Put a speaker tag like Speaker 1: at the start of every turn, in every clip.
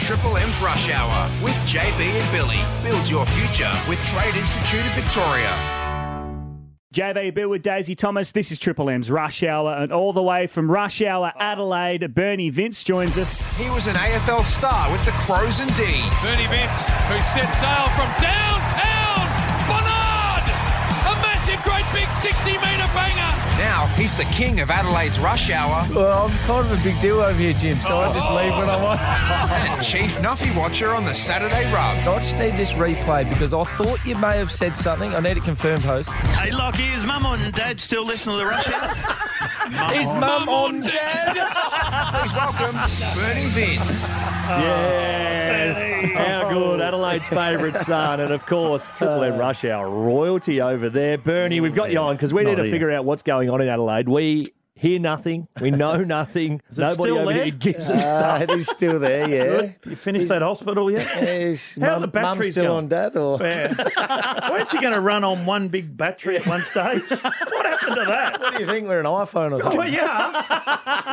Speaker 1: Triple M's Rush Hour with JB and Billy. Build your future with Trade Institute of Victoria.
Speaker 2: JB Bill with Daisy Thomas. This is Triple M's Rush Hour, and all the way from Rush Hour Adelaide, Bernie Vince joins us.
Speaker 1: He was an AFL star with the Crows and D's.
Speaker 3: Bernie Vince, who set sail from downtown Bernard. A massive, great big 60 metre banger.
Speaker 1: Now he's the king of Adelaide's Rush Hour
Speaker 4: Well, I'm kind of a big deal over here, Jim, so I
Speaker 5: Oh.
Speaker 4: just leave when I want.
Speaker 1: and Chief Nuffy Watcher on the Saturday Rub.
Speaker 4: I just need this replay because I thought you may have said something. I need it confirmed, host.
Speaker 6: Hey, Lockie, is Mum and Dad still listening to the rush hour?
Speaker 4: Is
Speaker 5: Oh.
Speaker 4: mum on dad?
Speaker 1: Please welcome Bernie Vince.
Speaker 7: Yes. How good. Adelaide's favourite son. And of course, Triple
Speaker 2: Uh,
Speaker 7: M Rush Hour royalty over there. Bernie, we've got you on because we need to figure out what's going on in Adelaide. We hear nothing. We know nothing. Nobody
Speaker 8: still
Speaker 7: over
Speaker 8: there?
Speaker 7: here gives us
Speaker 4: Dad Uh, is still there, yeah.
Speaker 8: You finished that hospital yet?
Speaker 4: Is
Speaker 8: How are
Speaker 4: mum,
Speaker 8: the
Speaker 4: mum
Speaker 8: batteries
Speaker 4: still
Speaker 8: going?
Speaker 4: on dad or
Speaker 8: Yeah. Weren't you going to run on one big battery at one stage? What happened to that?
Speaker 4: do you think we're an iPhone or something?
Speaker 8: Well, yeah.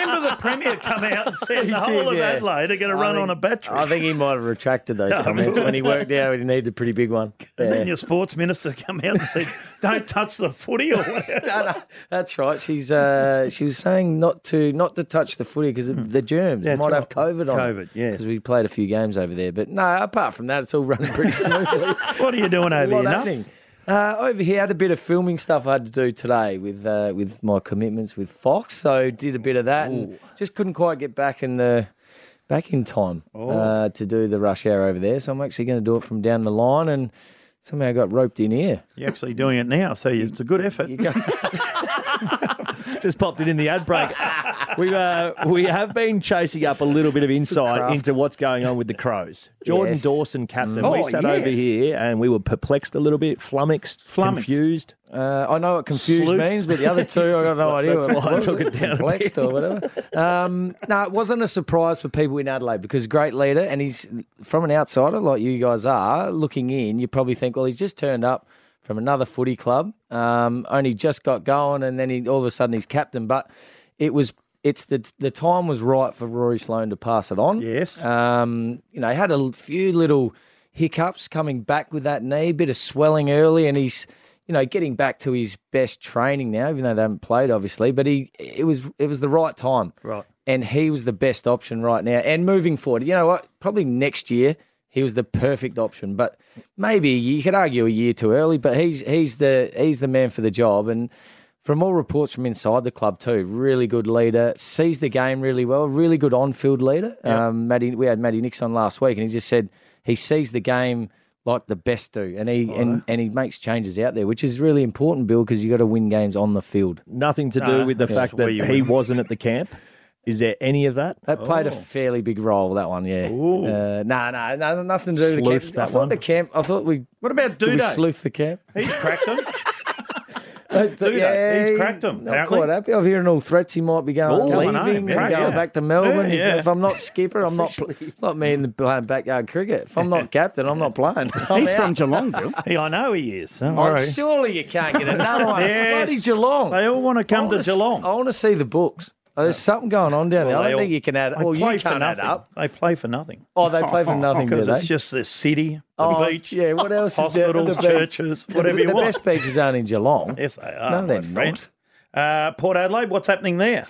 Speaker 8: Remember the Premier come out and said the whole
Speaker 4: did,
Speaker 8: of
Speaker 4: yeah.
Speaker 8: Adelaide are going to run
Speaker 4: think-
Speaker 8: on a battery.
Speaker 4: I think he might have retracted those
Speaker 8: Yeah,
Speaker 4: comments
Speaker 8: I mean-
Speaker 4: when he worked out he needed a pretty big one.
Speaker 8: and then
Speaker 4: Yeah.
Speaker 8: your sports minister come out and said, "Don't touch the footy or whatever."
Speaker 4: That's right. She's uh, she was saying not to not to touch the footy because the germs They
Speaker 8: Hmm. Yeah,
Speaker 4: might have
Speaker 8: that's right.
Speaker 4: COVID on.
Speaker 8: COVID, yes.
Speaker 4: Because we played a few games over there, but no. Apart from that, it's all running pretty smoothly.
Speaker 8: What are you doing
Speaker 4: lot
Speaker 8: over here? Nuff?
Speaker 4: happening. Uh, over here, had a bit of filming stuff I had to do today with uh, with my commitments with Fox, so did a bit of that, and just couldn't quite get back in the back in time
Speaker 7: Oh.
Speaker 4: uh, to do the rush hour over there. So I'm actually going to do it from down the line, and somehow I got roped in here.
Speaker 8: You're actually doing it now, so it's a good effort.
Speaker 7: Just popped it in the ad break. we uh, we have been chasing up a little bit of insight
Speaker 4: Craft.
Speaker 7: into what's going on with the Crows. Jordan
Speaker 4: Yes.
Speaker 7: Dawson, captain.
Speaker 4: Mm.
Speaker 7: we
Speaker 4: Oh,
Speaker 7: sat
Speaker 4: yeah.
Speaker 7: over here and we were perplexed a little bit, flummoxed,
Speaker 8: Flummoxed.
Speaker 7: confused.
Speaker 4: Uh, I know what confused
Speaker 8: Sleuth.
Speaker 4: means, but the other two, I got no idea.
Speaker 7: That's
Speaker 4: what
Speaker 7: why I
Speaker 4: was
Speaker 7: took it down a
Speaker 4: Perplexed or whatever. Um, no, it wasn't a surprise for people in Adelaide because great leader, and he's from an outsider like you guys are looking in. You probably think, well, he's just turned up from another footy club, um, only just got going, and then he all of a sudden he's captain. But it was. It's the the time was right for Rory Sloan to pass it on.
Speaker 8: Yes.
Speaker 4: Um, you know, he had a l- few little hiccups coming back with that knee, bit of swelling early, and he's you know getting back to his best training now, even though they haven't played obviously. But he it was it was the right time,
Speaker 8: Right.
Speaker 4: And he was the best option right now, and moving forward, you know what? Probably next year he was the perfect option, but maybe you could argue a year too early. But he's he's the he's the man for the job, and. From all reports from inside the club too, really good leader, sees the game really well, really good on-field leader. Um, Matty, we had Matty Nix on last week, and he just said he sees the game like the best do, and he and, and he makes changes out there, which is really important, Bill, because you got to win games on the field.
Speaker 7: Nothing to do
Speaker 8: No,
Speaker 7: with the
Speaker 8: that's
Speaker 7: fact
Speaker 8: where
Speaker 7: that
Speaker 8: you
Speaker 7: he
Speaker 8: went.
Speaker 7: wasn't at the camp. Is there any of that?
Speaker 4: That played a fairly big role. That one, yeah. Uh, nah, nah, nah, nothing to do with the camp.
Speaker 7: Sleuth
Speaker 4: I
Speaker 7: that
Speaker 4: thought
Speaker 7: one.
Speaker 4: the camp. I thought we
Speaker 8: What about
Speaker 4: did we
Speaker 8: Duda?
Speaker 4: sleuth the camp.
Speaker 8: He's cracked him.
Speaker 4: Duda,
Speaker 8: he's cracked 'em,
Speaker 4: Not
Speaker 8: apparently.
Speaker 4: quite happy. I'm hearing all threats. He might be going
Speaker 8: Ooh,
Speaker 4: leaving
Speaker 8: I know,
Speaker 4: and
Speaker 8: yeah,
Speaker 4: going
Speaker 8: yeah.
Speaker 4: back to Melbourne.
Speaker 8: Yeah,
Speaker 4: If-
Speaker 8: yeah.
Speaker 4: If, I'm not skipper, I'm not. pl- It's not me in the playing backyard cricket. If I'm not captain, I'm not playing. I'm
Speaker 2: He's
Speaker 4: out.
Speaker 2: from Geelong, Bill.
Speaker 8: Yeah, I know he is. Don't
Speaker 4: Oh,
Speaker 8: worry.
Speaker 4: surely you can't get another one.
Speaker 8: Yes.
Speaker 4: Bloody Geelong.
Speaker 8: They all want to
Speaker 4: I
Speaker 8: come
Speaker 4: wanna
Speaker 8: to
Speaker 4: s-
Speaker 8: Geelong.
Speaker 4: I want to see the books. Oh, there's something going on down there. I
Speaker 8: Well,
Speaker 4: don't
Speaker 8: they all-
Speaker 4: think you can add.
Speaker 8: they
Speaker 4: Well, you
Speaker 8: play for
Speaker 4: can't add
Speaker 8: nothing.
Speaker 4: up.
Speaker 8: They play for nothing
Speaker 4: Oh, they play for nothing, do
Speaker 8: because
Speaker 4: they?
Speaker 8: it's just the city, the
Speaker 4: oh,
Speaker 8: beach,
Speaker 4: yeah. What else is there?
Speaker 8: hospitals,
Speaker 4: The beach.
Speaker 8: churches, whatever
Speaker 4: the,
Speaker 8: you
Speaker 4: the
Speaker 8: want.
Speaker 4: best beaches aren't in Geelong.
Speaker 8: Yes, they are.
Speaker 4: No,
Speaker 8: my
Speaker 4: they're
Speaker 8: friend. Uh, Port Adelaide, what's happening there?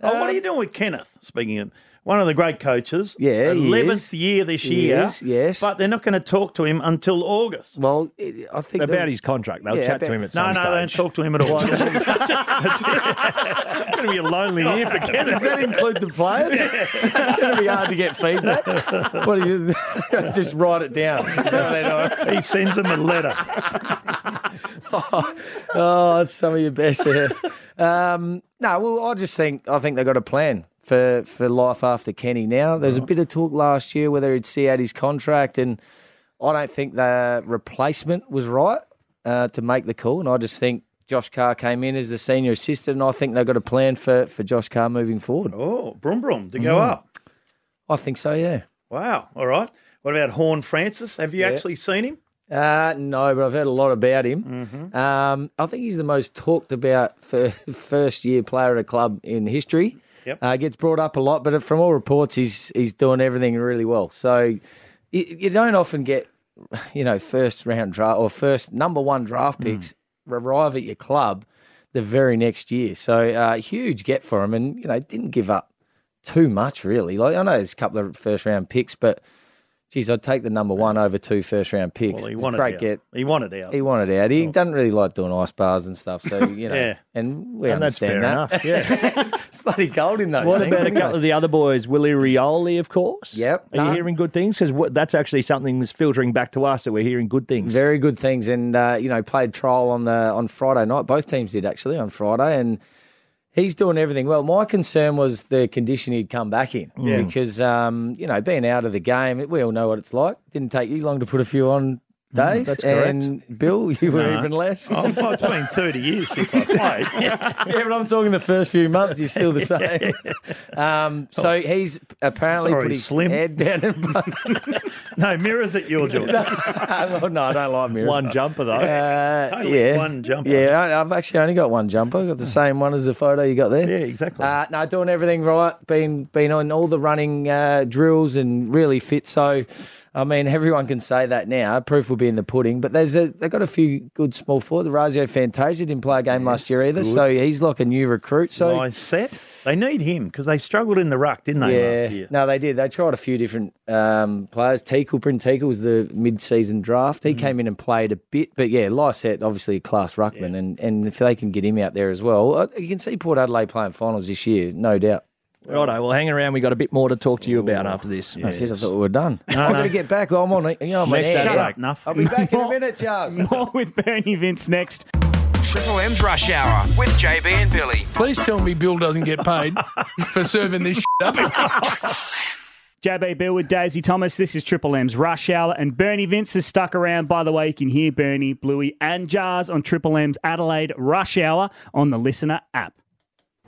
Speaker 8: Oh,
Speaker 4: Um,
Speaker 8: what are you doing with Kenneth? Speaking of one of the great coaches,
Speaker 4: Yeah, he
Speaker 8: eleventh
Speaker 4: is.
Speaker 8: year this
Speaker 4: He
Speaker 8: year.
Speaker 4: is, yes.
Speaker 8: but they're not going to talk to him until August.
Speaker 4: Well, it, I think
Speaker 7: About
Speaker 4: the-
Speaker 7: his contract. They'll
Speaker 4: Yeah,
Speaker 7: chat to
Speaker 4: about-
Speaker 7: him at
Speaker 8: No,
Speaker 7: some
Speaker 8: no,
Speaker 7: stage.
Speaker 8: they don't talk to him at all.
Speaker 7: It's going to be a lonely year for
Speaker 4: Does that include the players? it's going to be hard to get feedback. What do you just write it down?
Speaker 8: he sends them a letter.
Speaker 4: oh, it's some of your best there. Um, no, well, I just think I think they've got a plan for for life after Kenny. Now there's a bit of talk last year whether he'd see out his contract, and I don't think the replacement was right uh, to make the call. And I just think Josh Carr came in as the senior assistant, and I think they've got a plan for for Josh Carr moving forward.
Speaker 8: Oh, Brum Brum to go up.
Speaker 4: I think so, yeah.
Speaker 8: Wow. All right. What about Horn Francis? Have you actually seen him? Mm-hmm.
Speaker 4: Uh, no, but I've heard a lot about him. Um, I think he's the most talked about for first year player at a club in history.
Speaker 8: Yep.
Speaker 4: Uh, gets brought up a lot, but from all reports, he's he's doing everything really well. So you, you don't often get, you know, first round draft or first number one draft
Speaker 8: Mm.
Speaker 4: picks arrive at your club the very next year. So uh, huge get for him, and you know didn't give up too much really. Like I know there's a couple of first round picks, but geez, I'd take the number one over two first round picks.
Speaker 8: Well, he
Speaker 4: It's
Speaker 8: wanted
Speaker 4: great
Speaker 8: out.
Speaker 4: get.
Speaker 8: He wanted out.
Speaker 4: He wanted out. He doesn't really like doing ice bars and stuff. So you know,
Speaker 8: Yeah.
Speaker 4: and we
Speaker 7: And that's fair
Speaker 4: understand that.
Speaker 7: enough. Yeah.
Speaker 4: It's bloody cold in those.
Speaker 7: What
Speaker 4: things,
Speaker 7: about a
Speaker 4: isn't it?
Speaker 7: couple of the other boys? Willie Rioli, of course.
Speaker 4: Yep.
Speaker 7: Are
Speaker 4: No.
Speaker 7: you hearing good things? Because that's actually something that's filtering back to us that we're hearing good things.
Speaker 4: Very good things, and uh, you know, played trial on the on Friday night. Both teams did actually on Friday, and he's doing everything well. My concern was the condition he'd come back in because um, you know, being out of the game, we all know what it's like. Didn't take you long to put a few on
Speaker 8: Mm,
Speaker 4: days,
Speaker 7: that's correct.
Speaker 4: and Bill, you were even less.
Speaker 8: Oh, well, it's been 30 years since I played.
Speaker 4: yeah, but I'm talking the first few months. You're still the same. um, so he's apparently
Speaker 8: Oh, Sorry,
Speaker 4: put his
Speaker 8: Slim.
Speaker 4: head down and.
Speaker 8: No, mirrors at your job.
Speaker 4: well, no, I don't like mirrors.
Speaker 7: One jumper, though.
Speaker 4: Uh,
Speaker 8: Only
Speaker 4: yeah.
Speaker 8: one jumper. Oh.
Speaker 4: Yeah, I- I've actually only got one jumper. I've got the same one as the photo you got there.
Speaker 8: Yeah, exactly.
Speaker 4: Uh, no, doing everything right. Been been on all the running uh, drills and really fit. So, I mean, everyone can say that now. Proof will be in the pudding. But there's a they got a few good small forwards. Razio Fantasia didn't play a game last year either, so he's like a new recruit. So
Speaker 8: I set. They need him because they struggled in the ruck, didn't they, last year?
Speaker 4: No, they did. They tried a few different um, players. Teakle, Bryn Teakle was the mid-season draft.
Speaker 7: Mm.
Speaker 4: He came in and played a bit, but yeah, Lysette, obviously a class ruckman, and, and if they can get him out there as well, uh, you can see Port Adelaide playing finals this year, no doubt.
Speaker 7: Righto, well, hang around. We've got a bit more to talk to you about after this.
Speaker 4: That's it. I thought we were done. I'm going to get back. I'm on. it. You know, I'm on air.
Speaker 8: Shut
Speaker 4: now.
Speaker 8: up, Nuff.
Speaker 4: I'll be back in a minute, Charles.
Speaker 2: More with Bernie Vince next.
Speaker 1: Triple M's Rush Hour with JB and Billy.
Speaker 9: Please tell me Bill doesn't get paid for serving this shit up.
Speaker 2: JB Bill with Daisy Thomas. This is Triple M's Rush Hour, and Bernie Vince is stuck around. By the way, you can hear Bernie, Bluey, and Jars on Triple M's Adelaide Rush Hour on the Listener app.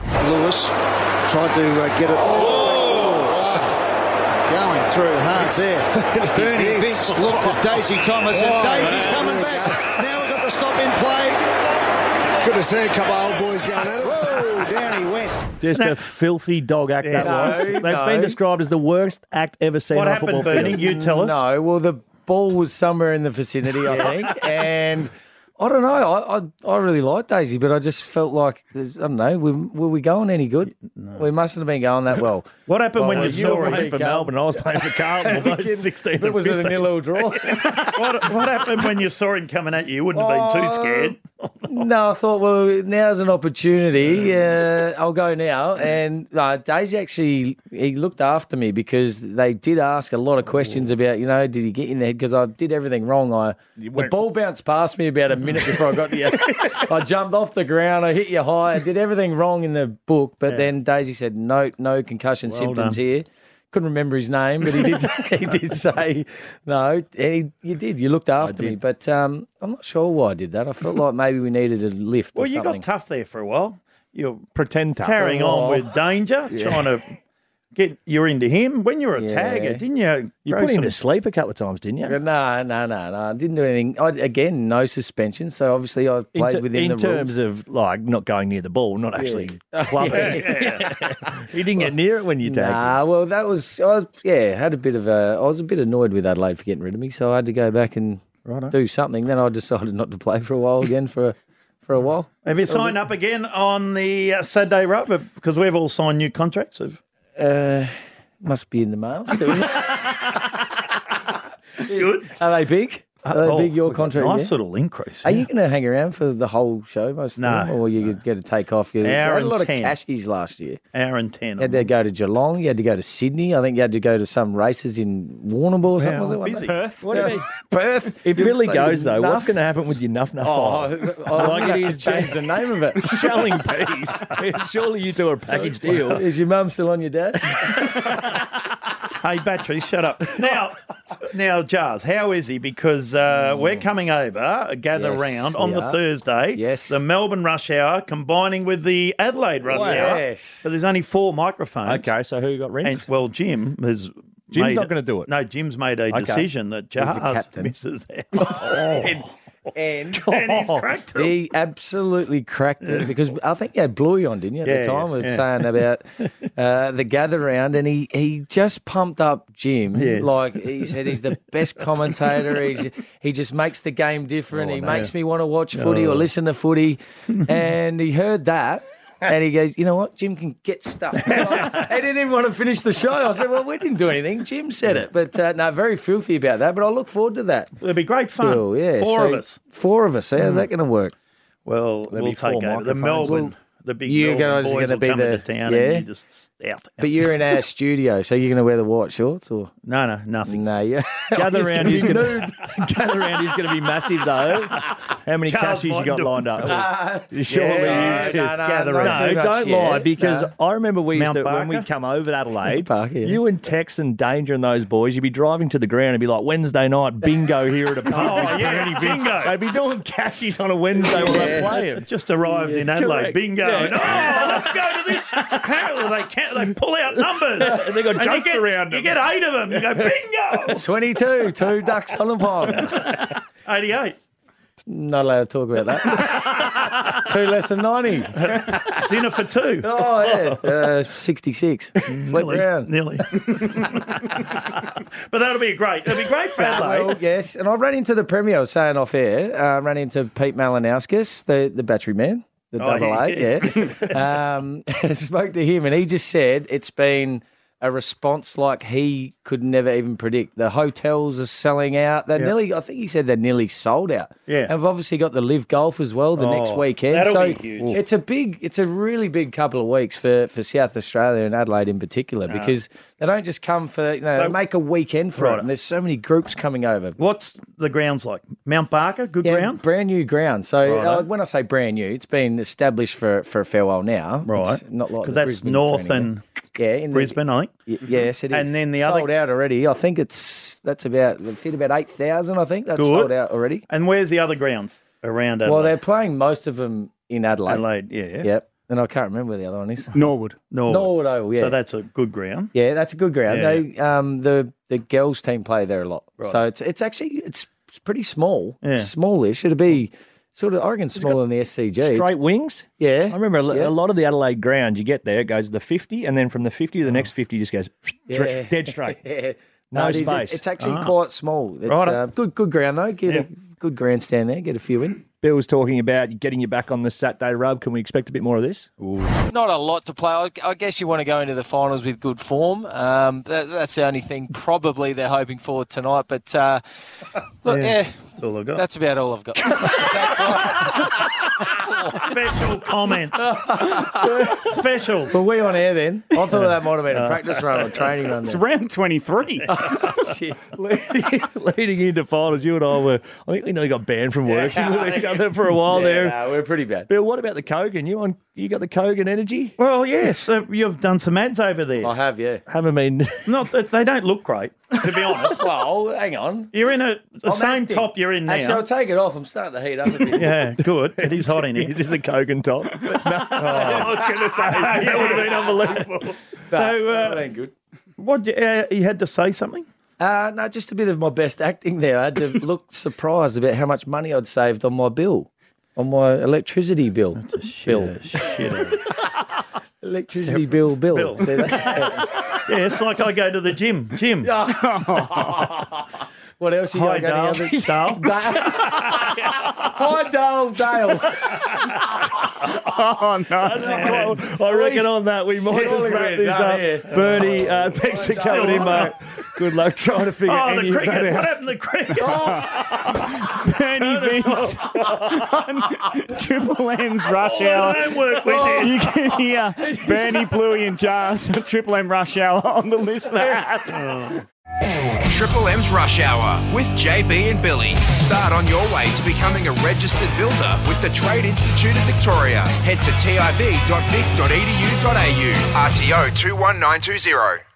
Speaker 5: Lewis tried to uh, get it
Speaker 7: Oh!
Speaker 5: going through hard there. Bernie Vince looked at Daisy Thomas and Daisy's coming back. Now we've got the stop in play. It's good to see a couple of old boys going at it. Whoa, down he went.
Speaker 7: Just a filthy dog act
Speaker 8: Yeah.
Speaker 7: that
Speaker 4: No,
Speaker 7: was. That's
Speaker 4: no.
Speaker 7: been described as the worst act ever seen
Speaker 8: What
Speaker 7: on a
Speaker 8: happened,
Speaker 7: football
Speaker 8: Bernie?
Speaker 7: field.
Speaker 8: You tell us.
Speaker 4: No, well, the ball was somewhere in the vicinity, I think, and I don't know. I, I I really liked Daisy, but I just felt like there's- I don't know. We, were we going any good? We mustn't have been going that well.
Speaker 8: What happened when
Speaker 4: Well,
Speaker 8: you
Speaker 4: you
Speaker 8: saw
Speaker 4: were
Speaker 8: him?
Speaker 7: Playing for Melbourne, I was playing for Carlton. when I was 16
Speaker 4: It was
Speaker 7: to
Speaker 4: an
Speaker 7: 15.
Speaker 4: nil draw.
Speaker 8: What, what happened when you saw him coming at you? You wouldn't have been too
Speaker 4: Uh,
Speaker 8: scared.
Speaker 4: no, I thought, well, now's an opportunity. Uh, I'll go now. And uh, Daisy actually, he looked after me because they did ask a lot of questions about, you know, did he get in there? Because I did everything wrong. I the ball bounced past me about a minute before I got to you. I jumped off the ground. I hit you high. I did everything wrong in the book. But then Daisy said, no, no concussion symptoms
Speaker 8: done.
Speaker 4: here. Couldn't remember his name, but he did. he did say no. He, you did. You looked after me, but um, I'm not sure why I did that. I felt like maybe we needed a lift. or
Speaker 8: Well, you
Speaker 4: something.
Speaker 8: got tough there for a while. You're
Speaker 7: Pretend tough.
Speaker 8: carrying on
Speaker 4: while.
Speaker 8: with danger, trying to get you're into him. When you were a
Speaker 4: Yeah.
Speaker 8: tagger, didn't you?
Speaker 7: You
Speaker 8: grow
Speaker 7: put him
Speaker 8: some-
Speaker 7: to sleep a couple of times, didn't you?
Speaker 4: No, no, no, no. I didn't do anything. I, again, no suspension. So obviously, I
Speaker 7: In,
Speaker 4: played
Speaker 7: ter-
Speaker 4: within
Speaker 7: in
Speaker 4: the
Speaker 7: terms
Speaker 4: rules.
Speaker 7: of like not going near the ball, not actually clubbing. he didn't get near it when you tagged him.
Speaker 4: Nah, well, that was. I was, yeah, had a bit of a. I was a bit annoyed with Adelaide for getting rid of me, so I had to go back and do something. Then I decided not to play for a while again for for a while.
Speaker 8: Have you signed up again on the uh, Saturday row? Because we've all signed new contracts. Of
Speaker 4: Uh, Must be in the mail. still.
Speaker 8: good, Oh,
Speaker 4: Are they Uh, big? Are they big? Your contract?
Speaker 8: Nice
Speaker 4: yeah?
Speaker 8: little increase.
Speaker 4: Are you going to hang around for the whole show most of the
Speaker 8: No.
Speaker 4: time, or you going to take off? You you
Speaker 8: Hour
Speaker 4: had a
Speaker 8: and
Speaker 4: lot
Speaker 8: 10.
Speaker 4: of cashies last year.
Speaker 8: Hour and ten.
Speaker 4: You had to go to Geelong. You had to go to Sydney. I think you had to go to some races in Warrnambool or something. was it? Wasn't
Speaker 8: busy.
Speaker 4: it?
Speaker 8: Perth.
Speaker 7: What if he-
Speaker 4: Perth.
Speaker 7: If Billy goes though, what's
Speaker 4: Nuff.
Speaker 7: going to happen with your nuff nuff?
Speaker 4: Oh,
Speaker 7: file?
Speaker 4: I
Speaker 7: Like
Speaker 4: like
Speaker 7: it
Speaker 4: it
Speaker 7: is
Speaker 4: is change the name of it.
Speaker 7: shelling peas. Surely you two are a package deal.
Speaker 4: Is your mum still on your dad?
Speaker 8: Hey, battery, shut up. Now, now, Jars, how is he? Because uh, we're coming over, uh, gather
Speaker 4: Yes,
Speaker 8: round on
Speaker 4: we
Speaker 8: the
Speaker 4: are.
Speaker 8: Thursday.
Speaker 4: Yes.
Speaker 8: The Melbourne rush hour combining with the Adelaide rush hour.
Speaker 4: Yes.
Speaker 8: So there's only four microphones.
Speaker 7: Okay, so who got
Speaker 8: And,
Speaker 7: rinsed?
Speaker 8: well, Jim has.
Speaker 7: Jim's
Speaker 8: made-
Speaker 7: not gonna do it.
Speaker 8: No, Jim's made a
Speaker 7: Okay.
Speaker 8: decision that Jars
Speaker 4: captain.
Speaker 8: misses out. And
Speaker 4: and,
Speaker 8: And he's cracked him.
Speaker 4: he absolutely cracked it because I think you had Bluey on, didn't you? At
Speaker 8: Yeah,
Speaker 4: the time,
Speaker 8: yeah,
Speaker 4: we were
Speaker 8: yeah.
Speaker 4: saying about uh, the gather round, and he, he just pumped up Jim.
Speaker 8: Yes.
Speaker 4: Like he said, he's the best commentator. He's, he just makes the game
Speaker 8: Oh,
Speaker 4: different. he makes me want to watch footy or listen to footy. and he heard that. And he goes, you know what? Jim can get stuff. Like, he didn't even want to finish the show. I said, well, we didn't do anything. Jim said it. But uh, no, very filthy about that. But I look forward to that.
Speaker 8: It'll be great fun.
Speaker 4: Still, yeah.
Speaker 8: Four of
Speaker 4: so-
Speaker 8: us. Mm.
Speaker 4: Four of us. eh? How's that going to work?
Speaker 8: Well,
Speaker 7: be
Speaker 8: we'll take
Speaker 7: four
Speaker 8: over the
Speaker 7: microphones.
Speaker 8: Melbourne. The big
Speaker 4: You
Speaker 8: Melbourne
Speaker 4: guys are
Speaker 8: boys
Speaker 4: gonna
Speaker 8: will
Speaker 4: be
Speaker 8: come
Speaker 4: the-
Speaker 8: into town
Speaker 4: yeah?
Speaker 8: and you just out.
Speaker 4: But you're in our studio, so you're going to wear the white shorts or
Speaker 8: no, no, nothing.
Speaker 4: no? Yeah,
Speaker 7: Gather
Speaker 4: It's
Speaker 7: round
Speaker 4: gonna
Speaker 7: is
Speaker 4: be
Speaker 7: going
Speaker 4: nude.
Speaker 7: to gather round is going to be massive though. How many
Speaker 8: Charles
Speaker 7: cashies you got
Speaker 8: Moynihan.
Speaker 7: lined up? Surely you
Speaker 8: yeah, no,
Speaker 7: two
Speaker 8: no,
Speaker 7: gather
Speaker 8: no,
Speaker 7: round.
Speaker 4: too
Speaker 7: No,
Speaker 4: much
Speaker 7: don't
Speaker 4: yet.
Speaker 7: lie because
Speaker 4: No.
Speaker 7: I remember we used
Speaker 8: Mount
Speaker 7: to, when
Speaker 8: Barker?
Speaker 7: we'd come over to Adelaide,
Speaker 4: Barker, yeah.
Speaker 7: you and Tex and Danger and those boys, you'd be driving to the ground and be like Wednesday night bingo here at a pub.
Speaker 8: Oh, yeah,
Speaker 7: Bernie Vince."
Speaker 8: bingo.
Speaker 7: They'd be doing cashies on a Wednesday while they play it.
Speaker 8: Just arrived in Adelaide.
Speaker 7: correct.
Speaker 8: Bingo.
Speaker 7: Yeah.
Speaker 8: And, oh, let's go to this. Apparently, they can't. They pull out numbers. and
Speaker 7: they got
Speaker 8: you
Speaker 7: jokes
Speaker 8: get-
Speaker 7: around
Speaker 8: You
Speaker 7: them.
Speaker 8: get eight of them. You go bingo.
Speaker 4: 22, two ducks on a pond.
Speaker 8: Eighty-eight.
Speaker 4: Not allowed to talk about that. two less than 90.
Speaker 8: Dinner for two.
Speaker 4: Oh, yeah. Uh, 66. Flip round.
Speaker 8: Nearly. but that'll be great. It'll be great for
Speaker 4: Well,
Speaker 8: Adelaide.
Speaker 4: yes. And I ran into the Premier, I was saying off air, uh, ran into Pete Malinowskis, the, the battery man, the
Speaker 8: Oh,
Speaker 4: double
Speaker 8: yeah,
Speaker 4: eight, yeah. um, spoke to him, and he just said it's been a response like he could never even predict. The hotels are selling out. They're nearly, I think he said they're nearly sold out.
Speaker 8: Yeah.
Speaker 4: And we've obviously got the live golf as well the next
Speaker 8: Oh,
Speaker 4: weekend.
Speaker 8: that'll
Speaker 4: so
Speaker 8: be huge.
Speaker 4: it's a big, it's a really big couple of weeks for, for South Australia and Adelaide in particular because they don't just come for, you know, they make a weekend for
Speaker 8: Right.
Speaker 4: it. And there's so many groups coming over.
Speaker 8: What's the grounds like? Mount Barker, good
Speaker 4: Yeah,
Speaker 8: ground.
Speaker 4: brand new ground. So uh,
Speaker 8: Righto.
Speaker 4: when I say brand new, it's been established for, for a fair while now.
Speaker 8: Right.
Speaker 4: It's not like
Speaker 8: Because
Speaker 4: the
Speaker 8: that's
Speaker 4: Brisbane
Speaker 8: north
Speaker 4: training
Speaker 8: and
Speaker 4: ground. yeah, in the-
Speaker 8: Brisbane, I think.
Speaker 4: y- yes, it is.
Speaker 8: and then the other-
Speaker 4: sold out already. I think it's that's about they fit about eight thousand. I think that's
Speaker 8: Good.
Speaker 4: sold out already.
Speaker 8: And where's the other grounds around Adelaide?
Speaker 4: Well, they're playing most of them in Adelaide.
Speaker 8: Adelaide, yeah. yeah.
Speaker 4: Yep. And I can't remember where the other one is.
Speaker 2: Norwood.
Speaker 8: Norwood.
Speaker 4: Norwood Oval. Yeah.
Speaker 8: So that's a good ground.
Speaker 4: Yeah, that's a good ground.
Speaker 8: Yeah,
Speaker 4: they um the the girls team play there a lot,
Speaker 8: Right.
Speaker 4: so it's it's actually it's pretty small.
Speaker 8: Yeah.
Speaker 4: It's smallish. It'll be sort of I reckon smaller than the SCG. It's-
Speaker 7: Straight wings.
Speaker 4: Yeah,
Speaker 7: I remember a,
Speaker 4: yeah.
Speaker 7: a lot of the Adelaide grounds. You get there, it goes to the fifty, and then from the fifty to the next fifty, just goes
Speaker 4: Yeah.
Speaker 7: dead straight.
Speaker 4: Yeah.
Speaker 7: No
Speaker 4: it is. It-
Speaker 7: space.
Speaker 4: It's actually quite small. It's
Speaker 8: Ah. Righto.
Speaker 4: uh, good good ground though. Get
Speaker 8: Yeah.
Speaker 4: a good grandstand there. Get a few in.
Speaker 7: Bill was talking about getting you back on the Saturday rub. Can we expect a bit more of this?
Speaker 4: Not a lot to play. I- I guess you want to go into the finals with good form. Um, that, that's the only thing probably they're hoping for tonight. But uh, look, yeah.
Speaker 8: That's all I've got.
Speaker 4: that's about all I've got.
Speaker 8: Special comments. Special.
Speaker 4: Were we on air then? I thought that might have been a practice run or a training run.
Speaker 2: It's
Speaker 4: There.
Speaker 2: round 23.
Speaker 7: Leading into finals, you and I were. I think we nearly got banned from working with each other for a while there.
Speaker 4: we're pretty bad.
Speaker 7: Bill, what about the Kogan? You on? You got the Kogan energy?
Speaker 8: Well, yes, uh, you've done some ads over there.
Speaker 4: I have, yeah.
Speaker 7: Haven't been.
Speaker 8: Not that they don't look great, to be honest.
Speaker 4: Well, hang on.
Speaker 8: You're in a the
Speaker 4: I'm
Speaker 8: same
Speaker 4: acting.
Speaker 8: top you're in now.
Speaker 4: Actually, I'll take it off. I'm starting to heat up a bit.
Speaker 8: yeah, good. It is hot in
Speaker 7: Is
Speaker 8: here.
Speaker 7: this a Kogan top? But no, I was going to say that would have been unbelievable.
Speaker 8: So,
Speaker 4: That
Speaker 8: uh,
Speaker 4: ain't good.
Speaker 8: what uh, you had to say something?
Speaker 4: Uh, no, just a bit of my best acting there. I had to look surprised about how much money I'd saved on my bill, on my electricity bill. bill. Electricity bill, bill.
Speaker 8: Bill.
Speaker 4: See that?
Speaker 8: Yeah, it's like I go to the gym. Gym.
Speaker 4: what else you
Speaker 8: Hi,
Speaker 4: got? Any
Speaker 8: Dale.
Speaker 4: other-
Speaker 8: Dale.
Speaker 4: Dale. Hi, Dale. Dale.
Speaker 2: oh, no.
Speaker 7: Well, I reckon on that we might just wrap this up. Bernie, uh, thanks for coming in, mate. Good luck trying to figure
Speaker 8: Oh,
Speaker 7: any
Speaker 8: the
Speaker 7: of that out.
Speaker 8: cricket. What happened to the cricket?
Speaker 2: Bernie Vince on Triple M's Rush Hour.
Speaker 8: Don't work with it.
Speaker 2: You can hear Bernie, Bluey, and Jars on Triple M Rush Hour on the listener app.
Speaker 1: Triple M's Rush Hour with JB and Billy. Start on your way to becoming a registered builder with the Trade Institute of E Victoria. Head to tiv.vic.edu.au. RTO 21920.